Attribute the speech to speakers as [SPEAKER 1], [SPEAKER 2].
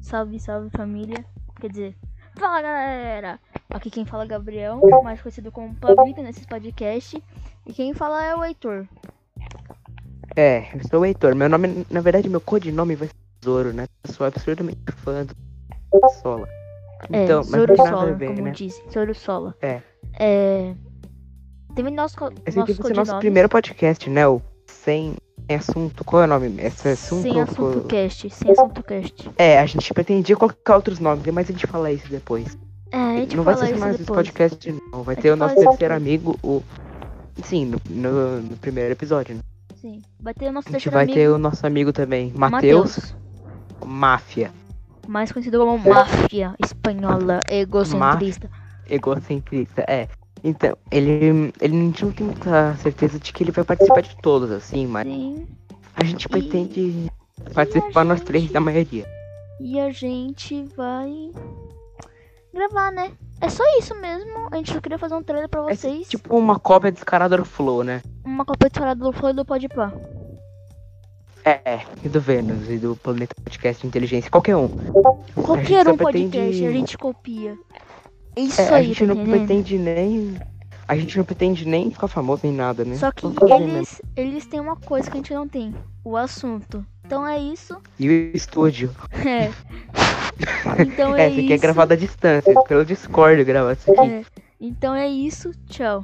[SPEAKER 1] Salve, salve família. Quer dizer, fala galera! Aqui quem fala é Gabriel, mais conhecido como Pablito nesse podcast. E quem fala é o Heitor.
[SPEAKER 2] É, eu sou o Heitor. Meu nome, na verdade, meu codinome vai ser Zoro, né? Eu sou absurdamente fã do Então, Sola.
[SPEAKER 1] é, Zoro Sola,
[SPEAKER 2] né?
[SPEAKER 1] como dizem. Zoro Sola.
[SPEAKER 2] É.
[SPEAKER 1] É. Também nosso, co-
[SPEAKER 2] Esse aqui
[SPEAKER 1] nosso
[SPEAKER 2] vai ser nosso
[SPEAKER 1] codinome.
[SPEAKER 2] primeiro podcast, né? O Sem Sem Assunto. Qual é o nome? Esse assunto.
[SPEAKER 1] Sem assunto cast, sem assunto cast.
[SPEAKER 2] É, a gente pretendia colocar outros nomes, mas a gente fala isso depois.
[SPEAKER 1] É, a gente
[SPEAKER 2] não vai
[SPEAKER 1] fala
[SPEAKER 2] ser mais
[SPEAKER 1] isso
[SPEAKER 2] esse
[SPEAKER 1] depois.
[SPEAKER 2] podcast, não. Vai
[SPEAKER 1] A
[SPEAKER 2] ter o
[SPEAKER 1] gente fala
[SPEAKER 2] nosso
[SPEAKER 1] isso
[SPEAKER 2] terceiro amigo, o. Sim, no, no- no primeiro episódio. Né?
[SPEAKER 1] Sim. Vai ter o nosso
[SPEAKER 2] A gente
[SPEAKER 1] terceiro
[SPEAKER 2] vai ter
[SPEAKER 1] amigo,
[SPEAKER 2] o nosso amigo também, Matheus
[SPEAKER 1] Matheus.
[SPEAKER 2] Máfia.
[SPEAKER 1] Mais conhecido como máfia espanhola egocentrista.
[SPEAKER 2] egocentrista, é. Então, ele, ele não tinha muita certeza de que ele vai participar de todos, assim, mas
[SPEAKER 1] Sim.
[SPEAKER 2] a gente pretende
[SPEAKER 1] e a
[SPEAKER 2] participar nós
[SPEAKER 1] gente-
[SPEAKER 2] três da maioria.
[SPEAKER 1] E a gente vai gravar, né? É só isso mesmo. A gente só queria fazer um trailer pra
[SPEAKER 2] É
[SPEAKER 1] vocês.
[SPEAKER 2] tipo uma cópia descarada do Flow, né?
[SPEAKER 1] Uma cópia de Sarada do Flow e do Podpah.
[SPEAKER 2] É, é, e do Vênus, e do Planeta Podcast Inteligência, qualquer um. gente
[SPEAKER 1] Qualquer
[SPEAKER 2] só
[SPEAKER 1] um podcast,
[SPEAKER 2] pretende-
[SPEAKER 1] a gente copia. É Isso
[SPEAKER 2] É, a
[SPEAKER 1] aí,
[SPEAKER 2] gente
[SPEAKER 1] tá
[SPEAKER 2] não
[SPEAKER 1] entendendo?
[SPEAKER 2] pretende nem. A gente não pretende nem ficar famoso nem nada, né?
[SPEAKER 1] Só que
[SPEAKER 2] fazer mesmo.
[SPEAKER 1] eles, eles têm uma coisa que a gente não tem, o assunto. Então é isso.
[SPEAKER 2] E o estúdio.
[SPEAKER 1] É. Então é,
[SPEAKER 2] É, essa aqui é
[SPEAKER 1] isso.
[SPEAKER 2] gravada à distância, pelo Discord grava isso aqui.
[SPEAKER 1] É. Então é isso. Tchau.